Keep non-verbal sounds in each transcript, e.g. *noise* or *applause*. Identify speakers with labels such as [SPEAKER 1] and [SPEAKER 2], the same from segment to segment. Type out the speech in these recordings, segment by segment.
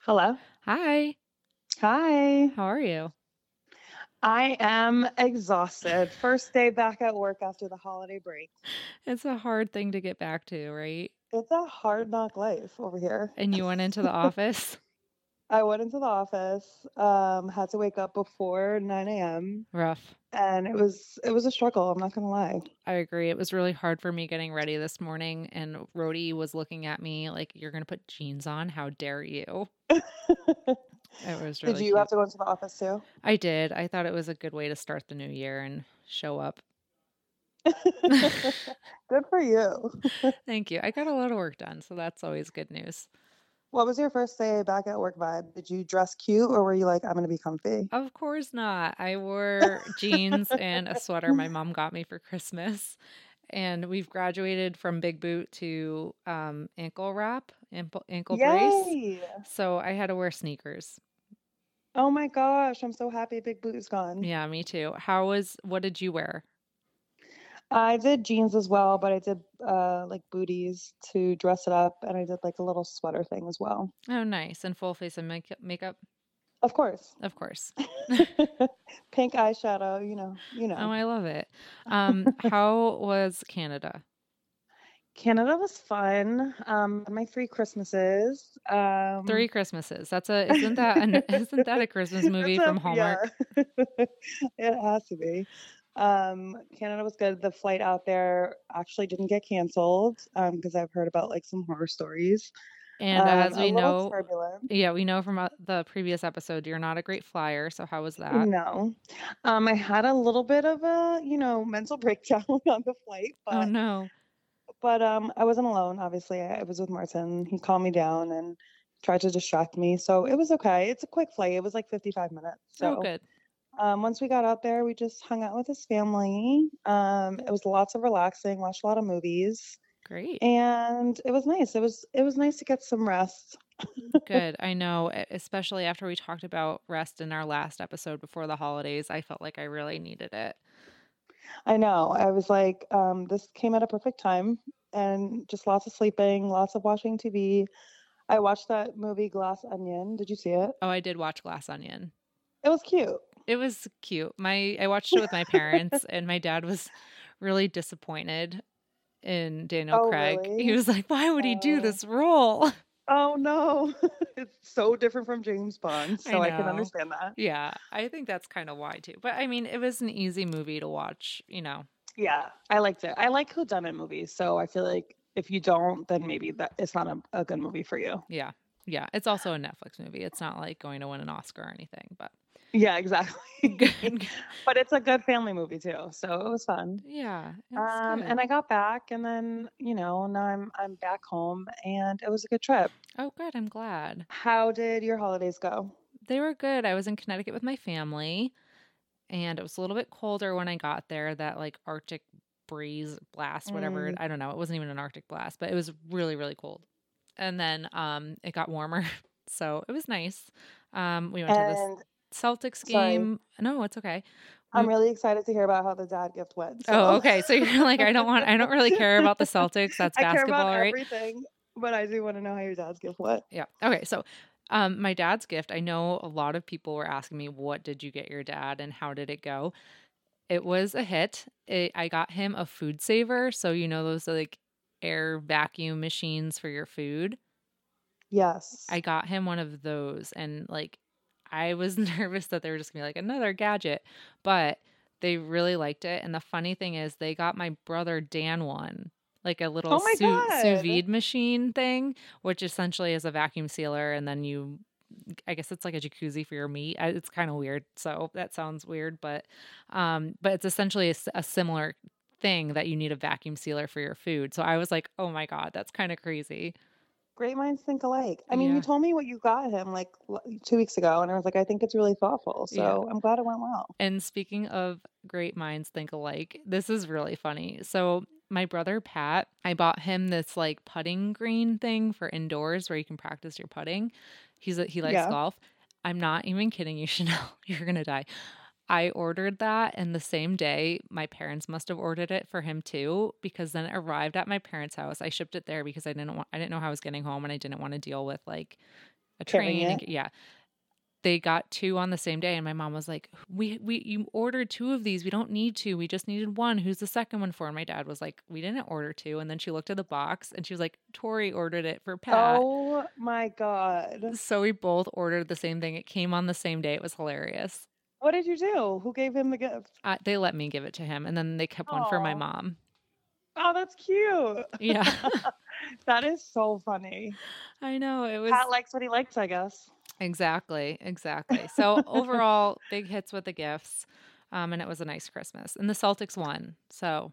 [SPEAKER 1] Hello.
[SPEAKER 2] Hi.
[SPEAKER 1] Hi.
[SPEAKER 2] How are you?
[SPEAKER 1] I am exhausted. First day back at work after the holiday break.
[SPEAKER 2] It's a hard thing to get back to, right?
[SPEAKER 1] It's a hard knock life over here.
[SPEAKER 2] And you *laughs* went into the office,
[SPEAKER 1] I went into the office, um, had to wake up before 9 a.m.
[SPEAKER 2] rough.
[SPEAKER 1] and it was it was a struggle, I'm not gonna lie. *laughs*
[SPEAKER 2] I agree. It was really hard for me getting ready this morning, and Rhodey was looking at me like, "You're gonna put jeans on? How dare you?" It was
[SPEAKER 1] Did
[SPEAKER 2] really.
[SPEAKER 1] you
[SPEAKER 2] cute.
[SPEAKER 1] have to go into the office
[SPEAKER 2] *laughs*
[SPEAKER 1] too? *laughs*
[SPEAKER 2] I did. I thought it was a good way to start the new year and show up.
[SPEAKER 1] Good for you.
[SPEAKER 2] Thank you. I got a lot of work done, so that's always good news.
[SPEAKER 1] What was your first day back at work vibe? Did you dress cute or were you like, I'm gonna be comfy?
[SPEAKER 2] Of course not. I wore jeans and a sweater my mom got me for Christmas. And we've graduated from big boot to um, ankle wrap, ankle, ankle brace.
[SPEAKER 1] Yay!
[SPEAKER 2] So I had to wear sneakers.
[SPEAKER 1] Oh my gosh, I'm so happy Big Boot is gone.
[SPEAKER 2] Yeah, me too. How was, what did you wear?
[SPEAKER 1] I did jeans as well, but I did uh, like booties to dress it up, and I did like a little sweater thing as well.
[SPEAKER 2] Oh, nice. And full face of make- makeup,
[SPEAKER 1] Of
[SPEAKER 2] *laughs*
[SPEAKER 1] course, *laughs*
[SPEAKER 2] of course.
[SPEAKER 1] pink eyeshadow. You know, you
[SPEAKER 2] Oh,
[SPEAKER 1] know.
[SPEAKER 2] I love it. Um,
[SPEAKER 1] *laughs*
[SPEAKER 2] how was Canada?
[SPEAKER 1] Canada was fun. Um, my three Christmases. Um,
[SPEAKER 2] Three Christmases. That's a, isn't that, an, *laughs* isn't that a
[SPEAKER 1] *laughs*
[SPEAKER 2] Christmas movie
[SPEAKER 1] That's
[SPEAKER 2] from
[SPEAKER 1] a-
[SPEAKER 2] Hallmark?
[SPEAKER 1] Yeah. *laughs* it has to be. Um, Canada was good. The flight out there actually didn't get canceled because I've heard about like some horror stories.
[SPEAKER 2] And
[SPEAKER 1] um,
[SPEAKER 2] as
[SPEAKER 1] a
[SPEAKER 2] we
[SPEAKER 1] little
[SPEAKER 2] know,
[SPEAKER 1] turbulent.
[SPEAKER 2] Yeah, we know from uh, the previous episode you're not a great flyer. So how was that?
[SPEAKER 1] No. Um, I had a little bit of a, you know, mental *laughs* breakdown on the flight,
[SPEAKER 2] Oh
[SPEAKER 1] but
[SPEAKER 2] no.
[SPEAKER 1] but um I wasn't alone, obviously. I, I was with Martin. He calmed me down and tried to distract me. So it was okay. It's a quick flight. It was like 55 minutes.
[SPEAKER 2] Oh
[SPEAKER 1] So
[SPEAKER 2] good.
[SPEAKER 1] um once we got out there, we just hung out with his family. Um it was lots of relaxing, watched a lot of movies,
[SPEAKER 2] Great.
[SPEAKER 1] and it was nice. It was it was nice to get some rest.
[SPEAKER 2] Good. I know, e- especially after we talked about rest in our last episode before the holidays, I felt like I really needed it.
[SPEAKER 1] I know. I was like, um, this came at a perfect time and just lots of sleeping, lots of watching TV. I watched that movie Glass Onion. Did you see it?
[SPEAKER 2] Oh, I did watch Glass Onion.
[SPEAKER 1] It was cute.
[SPEAKER 2] It was cute. My I watched it
[SPEAKER 1] *laughs*
[SPEAKER 2] with my parents and my dad was really disappointed in Daniel
[SPEAKER 1] Oh,
[SPEAKER 2] Craig. He
[SPEAKER 1] really?
[SPEAKER 2] was like, "Why would he do
[SPEAKER 1] Oh.
[SPEAKER 2] this role?" *laughs*
[SPEAKER 1] Oh, no. *laughs* it's so different from James Bond.
[SPEAKER 2] I
[SPEAKER 1] So I can
[SPEAKER 2] know.
[SPEAKER 1] understand that.
[SPEAKER 2] Yeah, I think that's kind of why too. But I mean, it was an easy movie to watch, you know.
[SPEAKER 1] Yeah, I liked it. I like whodunit movies. So I feel like if you don't, then maybe that it's not a, a good movie for you.
[SPEAKER 2] Yeah. Yeah. It's also a Netflix movie. It's not like going to win an Oscar or anything,
[SPEAKER 1] *laughs*
[SPEAKER 2] but
[SPEAKER 1] Yeah, exactly.
[SPEAKER 2] good. g-
[SPEAKER 1] but it's a good family movie too. So it was fun.
[SPEAKER 2] Yeah. It was
[SPEAKER 1] Um,
[SPEAKER 2] good.
[SPEAKER 1] and I got back, and then you know now I'm I'm back home, and it was a good trip.
[SPEAKER 2] Oh, good. I'm glad.
[SPEAKER 1] How did your holidays go?
[SPEAKER 2] They were good. I was in Connecticut with my family and it was a little bit colder when I got there. That like Arctic breeze blast, whatever.
[SPEAKER 1] Mm,
[SPEAKER 2] I don't know. It wasn't even an Arctic blast, but it was really, really cold. And then um, it got warmer. *laughs* So it was nice. Um, we went to this
[SPEAKER 1] and
[SPEAKER 2] Celtics
[SPEAKER 1] sorry,
[SPEAKER 2] game. No, it's okay. We,
[SPEAKER 1] I'm really excited to hear about how the dad gift went.
[SPEAKER 2] Oh,
[SPEAKER 1] So
[SPEAKER 2] okay. So you're *laughs* like, I don't want,
[SPEAKER 1] *laughs*
[SPEAKER 2] I don't really care about the Celtics. That's
[SPEAKER 1] I care about
[SPEAKER 2] basketball, right?
[SPEAKER 1] everything, but I do want to know how your dad's gift went.
[SPEAKER 2] Yeah. Okay. So, um, my dad's gift, I know a lot of people were asking me, what did you get your dad and how did it go? It was a hit. It, I got him a food saver. So, you know, those like air vacuum machines for your food.
[SPEAKER 1] Yes.
[SPEAKER 2] I got him one of those and like I was *laughs* nervous that they were just gonna be like another gadget, but they really liked it. And the funny thing is they got my brother Dan one, like a little
[SPEAKER 1] Oh my
[SPEAKER 2] sous, sous
[SPEAKER 1] god.
[SPEAKER 2] vide machine thing, which essentially is a vacuum sealer and then you I guess it's like a jacuzzi for your meat. I, it's kind of weird. So that sounds weird, but um but it's essentially a, s- a similar thing that you need a vacuum sealer for your food. So I was like, "Oh my god, that's kind of crazy."
[SPEAKER 1] Great minds think alike. I mean, you
[SPEAKER 2] Yeah.
[SPEAKER 1] told me what you got him like l- two weeks ago, and I was like, I think it's really thoughtful.
[SPEAKER 2] Yeah.
[SPEAKER 1] So I'm glad it went well.
[SPEAKER 2] And speaking of great minds think alike, this is really funny. So, my brother Pat, I bought him this like putting green thing for indoors where you can practice your putting. He's a, he likes
[SPEAKER 1] Yeah.
[SPEAKER 2] golf. I'm not even kidding you, *laughs* Chanel. You're going to die. I ordered that and the same day my parents must have ordered it for him too because then it arrived at my parents' house. I shipped it there because I didn't want I didn't know how I was getting home and I didn't want to deal with like a
[SPEAKER 1] Carrying
[SPEAKER 2] train. and
[SPEAKER 1] it.
[SPEAKER 2] get- yeah. They got two on the same day, and my mom was like, "We we you ordered two of these. We don't need two. We just needed one. Who's the second one for?" And my dad was like, "We didn't order two. And then she looked at the box, and she was like, "Tori ordered it for Pat."
[SPEAKER 1] Oh my god.
[SPEAKER 2] So we both ordered the same thing. It came on the same day. It was hilarious.
[SPEAKER 1] What did you do? Who gave him the gift?
[SPEAKER 2] Uh, they let me give it to him, and then they kept one for my
[SPEAKER 1] Aw.
[SPEAKER 2] mom.
[SPEAKER 1] Oh, that's cute.
[SPEAKER 2] Yeah, *laughs*
[SPEAKER 1] That is so funny.
[SPEAKER 2] I know it was
[SPEAKER 1] Pat likes what he likes, I guess.
[SPEAKER 2] exactly, exactly.
[SPEAKER 1] *laughs*
[SPEAKER 2] So overall, big hits with the gifts, um, and it was a nice Christmas. And the Celtics won, so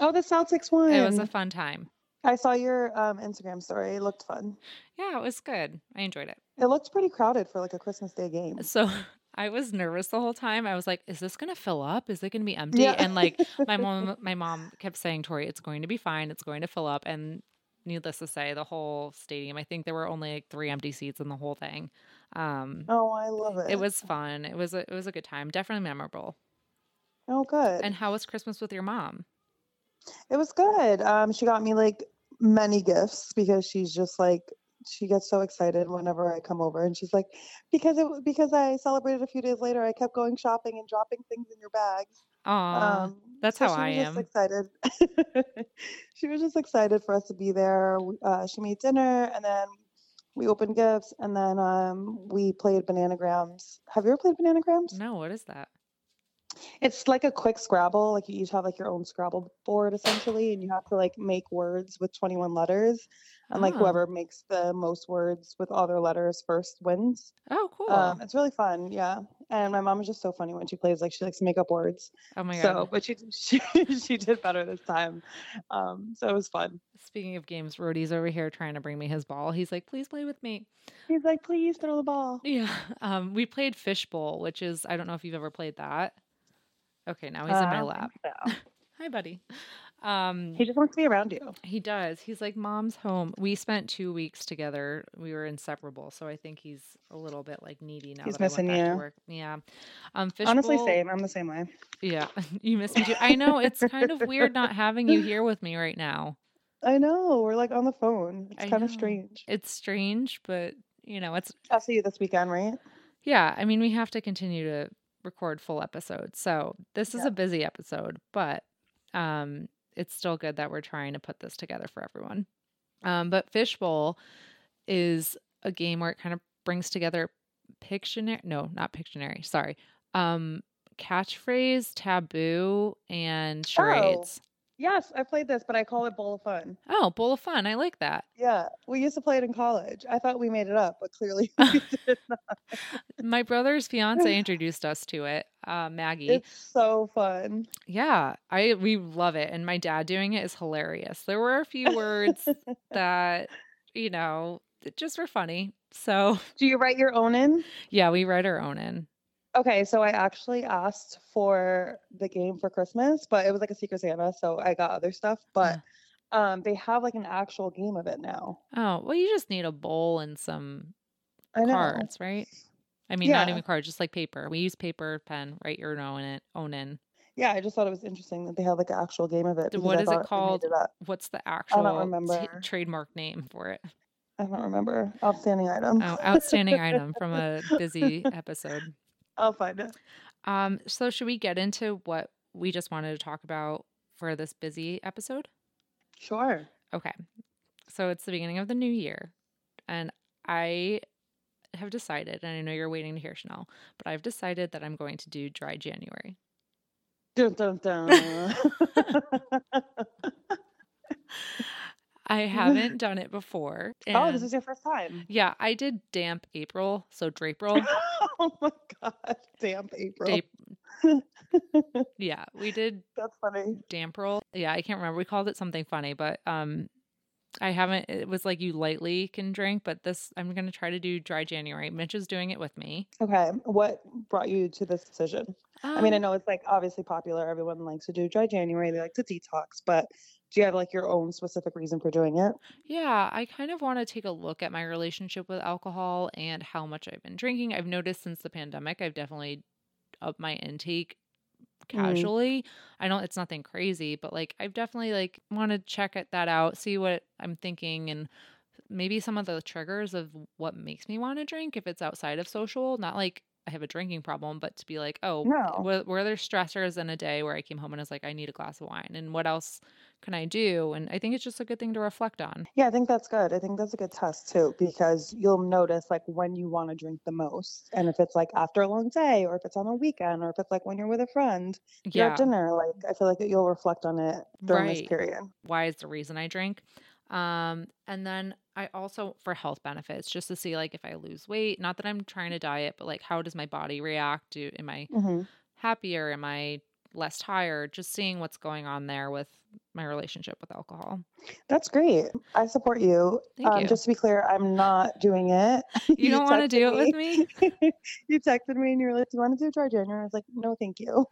[SPEAKER 1] Oh, the Celtics won.
[SPEAKER 2] it was a fun time.
[SPEAKER 1] I saw your um, Instagram story. It looked fun.
[SPEAKER 2] Yeah, it was good. I enjoyed it.
[SPEAKER 1] It looked pretty crowded for like a Christmas Day game. *laughs*
[SPEAKER 2] So *laughs* I was nervous the whole time. I was like, "Is this gonna fill up? Is it gonna be empty?" And like my mom, my mom kept saying, "Tori, it's going to be fine. It's going to fill up." And needless to say, the whole stadium. I think there were only like three empty seats in the whole thing. Um,
[SPEAKER 1] *laughs* oh, I love it.
[SPEAKER 2] It was fun. It was a, it was a good time. Definitely memorable.
[SPEAKER 1] oh good.
[SPEAKER 2] And how was Christmas with your mom?
[SPEAKER 1] It was good. Um, she got me like many gifts because she's just like she gets so excited whenever I come over, and she's like, because it because I celebrated a few days later, I kept going shopping and dropping things in your bag.
[SPEAKER 2] Aw, Um, that's how
[SPEAKER 1] Um, she
[SPEAKER 2] I
[SPEAKER 1] was just
[SPEAKER 2] am.
[SPEAKER 1] excited. *laughs* she was just excited for us to be there. W- Uh, she made dinner, and then we opened gifts, and then um, we played Bananagrams. Have you ever played Bananagrams?
[SPEAKER 2] no, what is that?
[SPEAKER 1] It's like a quick Scrabble. Like you each have like your own Scrabble board essentially, and you have to like make words with 21 letters, and like
[SPEAKER 2] Oh.
[SPEAKER 1] whoever makes the most words with all their letters first wins.
[SPEAKER 2] Oh, cool.
[SPEAKER 1] Um, it's really fun, yeah. And my mom is just so funny when she plays. Like she likes to make up words.
[SPEAKER 2] oh my god.
[SPEAKER 1] so, but she *laughs* she she did better this time. Um, so it was fun.
[SPEAKER 2] Speaking of games, Rody's over here trying to bring me his ball. He's like, "Please play with me."
[SPEAKER 1] He's like, please throw the ball.
[SPEAKER 2] Yeah. *laughs* Um, we played fishbowl, which is I don't know if you've ever played that. Okay, now he's in
[SPEAKER 1] I
[SPEAKER 2] my
[SPEAKER 1] don't
[SPEAKER 2] lap.
[SPEAKER 1] think so.
[SPEAKER 2] Hi, buddy. Um,
[SPEAKER 1] Um, He just wants to be around you.
[SPEAKER 2] He does. He's like mom's home. We spent two weeks together. We were inseparable, so I think he's a little bit like needy now.
[SPEAKER 1] He's
[SPEAKER 2] that
[SPEAKER 1] missing
[SPEAKER 2] I went back
[SPEAKER 1] you.
[SPEAKER 2] To work. Yeah. Um. Fishbowl,
[SPEAKER 1] Honestly, same. I'm the same way.
[SPEAKER 2] *laughs* Yeah, *laughs* you miss me too. I know it's kind of weird not having you here with me right now.
[SPEAKER 1] I know. We're like on the phone.
[SPEAKER 2] I
[SPEAKER 1] It's kind
[SPEAKER 2] know.
[SPEAKER 1] of strange.
[SPEAKER 2] It's strange, but you know, it's
[SPEAKER 1] I'll see you this weekend, right?
[SPEAKER 2] yeah. I mean, we have to continue to record full episodes, so this is
[SPEAKER 1] Yeah.
[SPEAKER 2] a busy episode, but um, it's still good that we're trying to put this together for everyone. Um, but Fishbowl is a game where it kind of brings together Pictionary. No, not Pictionary. Sorry. Um, catchphrase, taboo, and charades.
[SPEAKER 1] Yes, I played this, but I call it Bowl of Fun.
[SPEAKER 2] Oh, bowl of fun. I like that.
[SPEAKER 1] Yeah, we used to play it in college. I thought we made it up, but clearly *laughs* we
[SPEAKER 2] *laughs*
[SPEAKER 1] did not.
[SPEAKER 2] My brother's fiance introduced us to it, uh, Maggie.
[SPEAKER 1] It's so fun.
[SPEAKER 2] yeah, I we love it, and my dad doing it is hilarious. There were a few
[SPEAKER 1] *laughs*
[SPEAKER 2] words that you know that just were funny. So *laughs*
[SPEAKER 1] Do you write your own in?
[SPEAKER 2] yeah, we write our own in.
[SPEAKER 1] Okay, so I actually asked for the game for Christmas, but it was like a Secret Santa, so I got other stuff. But um, they have like an actual game of it now.
[SPEAKER 2] Oh well, you just need a bowl and some
[SPEAKER 1] I know.
[SPEAKER 2] cards, right? I mean, not
[SPEAKER 1] Yeah.
[SPEAKER 2] even cards, just like paper. We use paper, pen, write your own in. Own in.
[SPEAKER 1] Yeah, I just thought it was interesting that they had like an actual game of it. because
[SPEAKER 2] what
[SPEAKER 1] I
[SPEAKER 2] is it
[SPEAKER 1] thought we made
[SPEAKER 2] called?
[SPEAKER 1] it up.
[SPEAKER 2] What's the actual t-
[SPEAKER 1] remember.
[SPEAKER 2] trademark name for it?
[SPEAKER 1] I don't remember. Outstanding item.
[SPEAKER 2] Oh, outstanding item from a busy episode.
[SPEAKER 1] *laughs* I'll find it.
[SPEAKER 2] Um, so should we get into what we just wanted to talk about for this busy episode?
[SPEAKER 1] Sure.
[SPEAKER 2] Okay. So it's the beginning of the new year, and I have decided, and I know you're waiting to hear Chanel, but I've decided that I'm going to do dry January.
[SPEAKER 1] Dun, dun,
[SPEAKER 2] *laughs*
[SPEAKER 1] Oh, dun. *laughs*
[SPEAKER 2] I haven't done it before.
[SPEAKER 1] oh, this
[SPEAKER 2] and-
[SPEAKER 1] is your first
[SPEAKER 2] *laughs*
[SPEAKER 1] time. *laughs*
[SPEAKER 2] yeah, I did damp April, so Draperil.
[SPEAKER 1] oh my god. Damn April.
[SPEAKER 2] Dap- yeah, we did
[SPEAKER 1] That's funny.
[SPEAKER 2] damperl. Yeah, I can't remember. We called it something funny, but um I haven't it was like you lightly can drink, but this I'm gonna try to do dry January. Mitch is doing it with me.
[SPEAKER 1] Okay. What brought you to this decision? I mean, I
[SPEAKER 2] Um,
[SPEAKER 1] know it's like obviously popular. Everyone likes to do dry January. They like to detox, but do you have like your own specific reason for doing it?
[SPEAKER 2] yeah, I kind of want to take a look at my relationship with alcohol and how much I've been drinking. I've noticed since the pandemic I've definitely upped my intake casually. I don't it's nothing crazy, but like I've definitely like want to check it that out, see what I'm thinking and maybe some of the triggers of what makes me want to drink if it's outside of social, not like I have a drinking problem, but to be like, oh,
[SPEAKER 1] No.
[SPEAKER 2] were, were there stressors in a day where I came home and I was like, I need a glass of wine, and what else can I do? And I think it's just a good thing to reflect on.
[SPEAKER 1] Yeah, I think that's good. I think that's a good test too, because you'll notice like when you want to drink the most. And if it's like after a long day, or if it's on a weekend, or if it's like when you're with a friend, you're at
[SPEAKER 2] Yeah,
[SPEAKER 1] dinner, like I feel like you'll reflect on it during this
[SPEAKER 2] right.
[SPEAKER 1] period.
[SPEAKER 2] why is the reason I drink. Um, and then I also for health benefits, just to see like if I lose weight, not that I'm trying to diet, but like how does my body react? Do am I
[SPEAKER 1] hmm
[SPEAKER 2] happier? Am I less tired? Just seeing what's going on there with my relationship with alcohol.
[SPEAKER 1] That's great. I support you.
[SPEAKER 2] Thank
[SPEAKER 1] Um,
[SPEAKER 2] you.
[SPEAKER 1] just *laughs* to be clear, I'm not doing it. *laughs*
[SPEAKER 2] You
[SPEAKER 1] you
[SPEAKER 2] don't want to
[SPEAKER 1] texted
[SPEAKER 2] do it with
[SPEAKER 1] me.
[SPEAKER 2] me?
[SPEAKER 1] you texted me and you were like, Do you want to do dry January? I was like, No, thank you.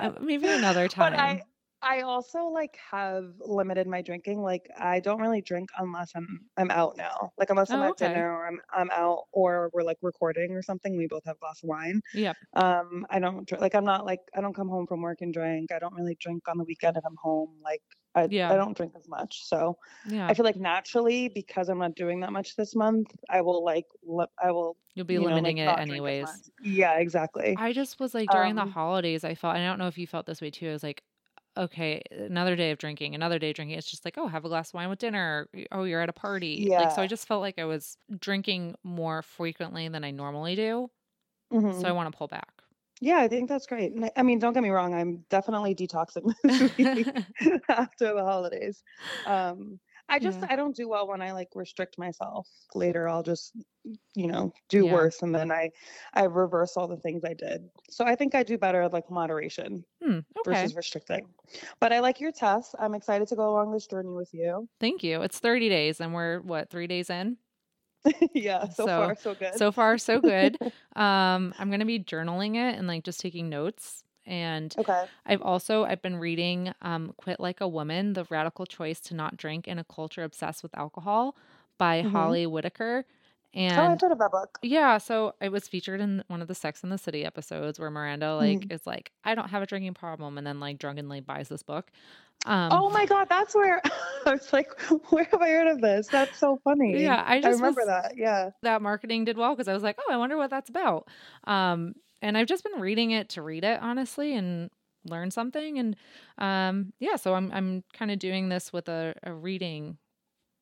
[SPEAKER 2] Uh, maybe another
[SPEAKER 1] *laughs* but I
[SPEAKER 2] time.
[SPEAKER 1] I also like have limited my drinking. Like I don't really drink unless I'm I'm out now. Like unless I'm
[SPEAKER 2] Oh,
[SPEAKER 1] at
[SPEAKER 2] okay.
[SPEAKER 1] dinner or I'm I'm out or we're like recording or something. We both have a glass of wine.
[SPEAKER 2] Yep.
[SPEAKER 1] Um, I don't dr- like I'm not like I don't come home from work and drink. I don't really drink on the weekend if I'm home. Like I I
[SPEAKER 2] Yeah.
[SPEAKER 1] don't drink as much. So I
[SPEAKER 2] Yeah.
[SPEAKER 1] feel like naturally because I'm not doing that much this month, I will like li- I will
[SPEAKER 2] You'll be
[SPEAKER 1] you know like
[SPEAKER 2] limiting it
[SPEAKER 1] not drink as much.
[SPEAKER 2] anyways.
[SPEAKER 1] Yeah, exactly.
[SPEAKER 2] I just was like during the
[SPEAKER 1] Um,
[SPEAKER 2] holidays, I felt, and I don't know if you felt this way too. I was like, okay, another day of drinking, another day of drinking. It's just like, oh, have a glass of wine with dinner. y- Oh, you're at a party. Like, so I
[SPEAKER 1] yeah.
[SPEAKER 2] just felt like I was drinking more frequently than I normally do. So I
[SPEAKER 1] hmm
[SPEAKER 2] want to pull back.
[SPEAKER 1] *laughs*
[SPEAKER 2] *laughs*
[SPEAKER 1] Yeah, I think that's great. And I I mean, don't get me wrong, I'm definitely detoxing *laughs* this
[SPEAKER 2] *laughs*
[SPEAKER 1] week after the holidays. Um, I just
[SPEAKER 2] yeah.
[SPEAKER 1] I don't do well when I like restrict myself. Later, I'll just you know do
[SPEAKER 2] Yeah.
[SPEAKER 1] worse, and then I I reverse all the things I did. So I think I do better like moderation
[SPEAKER 2] Hmm. Okay.
[SPEAKER 1] versus restricting. But I like your test. I'm excited to go along this journey with you. *laughs*
[SPEAKER 2] Thank you. It's 30 days and we're what, three days in?
[SPEAKER 1] yeah, so
[SPEAKER 2] So,
[SPEAKER 1] far so good.
[SPEAKER 2] so far,
[SPEAKER 1] *laughs*
[SPEAKER 2] so good. Um, I'm going to be journaling it and like just taking notes. And
[SPEAKER 1] okay. oh,
[SPEAKER 2] I've also I've been reading um, "Quit Like a Woman: The Radical Choice to Not Drink in a Culture Obsessed with Alcohol" by
[SPEAKER 1] hmm
[SPEAKER 2] Holly Whitaker,
[SPEAKER 1] Oh, I've
[SPEAKER 2] and
[SPEAKER 1] heard of that book.
[SPEAKER 2] yeah, so it was featured in one of the Sex and the City episodes where Miranda like
[SPEAKER 1] Mhm.
[SPEAKER 2] is like, "I don't have a drinking problem," and then like drunkenly buys this book. Um,
[SPEAKER 1] Oh my God, that's where *laughs* I was like, where have I heard of this? That's so funny.
[SPEAKER 2] yeah, I
[SPEAKER 1] I
[SPEAKER 2] just
[SPEAKER 1] remember
[SPEAKER 2] was
[SPEAKER 1] that. Yeah.
[SPEAKER 2] that marketing did well because I was like, oh, I wonder what that's about. Um, and I've just been reading it to read it honestly and learn something. And um, yeah, so I'm I'm kind of doing this with a, a reading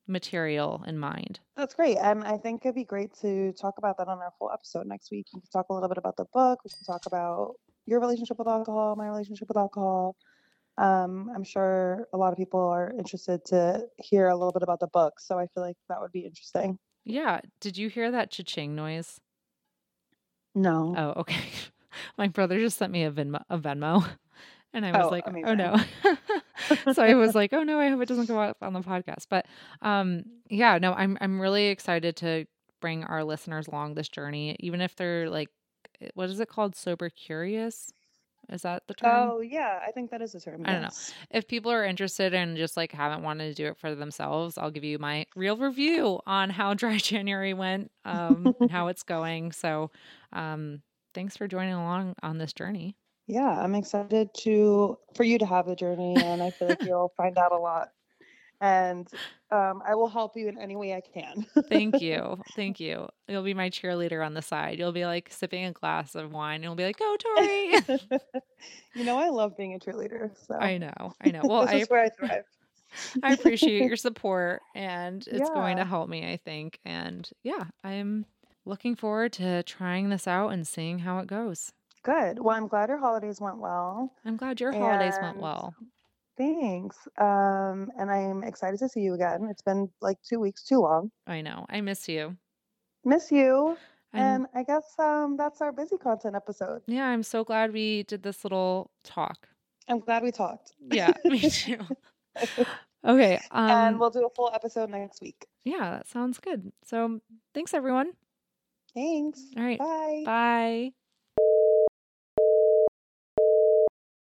[SPEAKER 2] material in mind.
[SPEAKER 1] That's great. And I think it'd be great to talk about that on our full episode next week. You can talk a little bit about the book. We can talk about your relationship with alcohol, my relationship with alcohol. Um, I'm sure a lot of people are interested to hear a little bit about the book. So I feel like that would be interesting.
[SPEAKER 2] Yeah, did you hear that cha-ching noise?
[SPEAKER 1] No.
[SPEAKER 2] Oh, okay. *laughs* My brother just sent me a Venmo, a Venmo, *laughs* and I was
[SPEAKER 1] Oh,
[SPEAKER 2] like, "Oh
[SPEAKER 1] amazing.
[SPEAKER 2] no!" *laughs* so I was like, "Oh no!" I hope it doesn't go up on the podcast. But um, yeah, no, I'm I'm really excited to bring our listeners along this journey, even if they're like, eh, what is it called? Sober curious? Is that the term?
[SPEAKER 1] Oh, yeah. I think that is the term.
[SPEAKER 2] I don't know.
[SPEAKER 1] Yes.
[SPEAKER 2] If people are interested and just like haven't wanted to do it for themselves, I'll give you my real review on how *laughs* dry January went um, and how it's going. So, um, thanks for joining along on this journey.
[SPEAKER 1] Yeah, I'm excited to for you to have the journey, and I feel
[SPEAKER 2] *laughs*
[SPEAKER 1] like you'll find out a lot. And um, I will help you in any way I can. *laughs*
[SPEAKER 2] Thank you. Thank you. You'll be my cheerleader on the side. You'll be like sipping a glass of wine. You'll be like, go,
[SPEAKER 1] *laughs*
[SPEAKER 2] Tori. *laughs*
[SPEAKER 1] you know, I love being a cheerleader, so
[SPEAKER 2] I know.
[SPEAKER 1] *laughs*
[SPEAKER 2] I know. Well,
[SPEAKER 1] this
[SPEAKER 2] I
[SPEAKER 1] is where I thrive.
[SPEAKER 2] *laughs* I appreciate your support and it's going to
[SPEAKER 1] yeah,
[SPEAKER 2] help me, I think. And yeah, I'm looking forward to trying this out and seeing how it goes.
[SPEAKER 1] *laughs* good. Well, I'm glad your holidays went well,
[SPEAKER 2] I'm glad your holidays went
[SPEAKER 1] and
[SPEAKER 2] well.
[SPEAKER 1] thanks. Um, and I'm excited to see you again. It's been like two weeks too long.
[SPEAKER 2] I know. I miss you.
[SPEAKER 1] Miss you,
[SPEAKER 2] I'm
[SPEAKER 1] and I guess um, that's our busy content episode.
[SPEAKER 2] yeah, I'm so glad we did this little talk.
[SPEAKER 1] I'm glad we talked. *laughs*
[SPEAKER 2] Yeah, *laughs* me too. Um Okay.
[SPEAKER 1] and
[SPEAKER 2] Um
[SPEAKER 1] we'll do a full episode next week.
[SPEAKER 2] yeah, that sounds good. So, thanks everyone.
[SPEAKER 1] Thanks.
[SPEAKER 2] All right.
[SPEAKER 1] Bye.
[SPEAKER 2] Bye.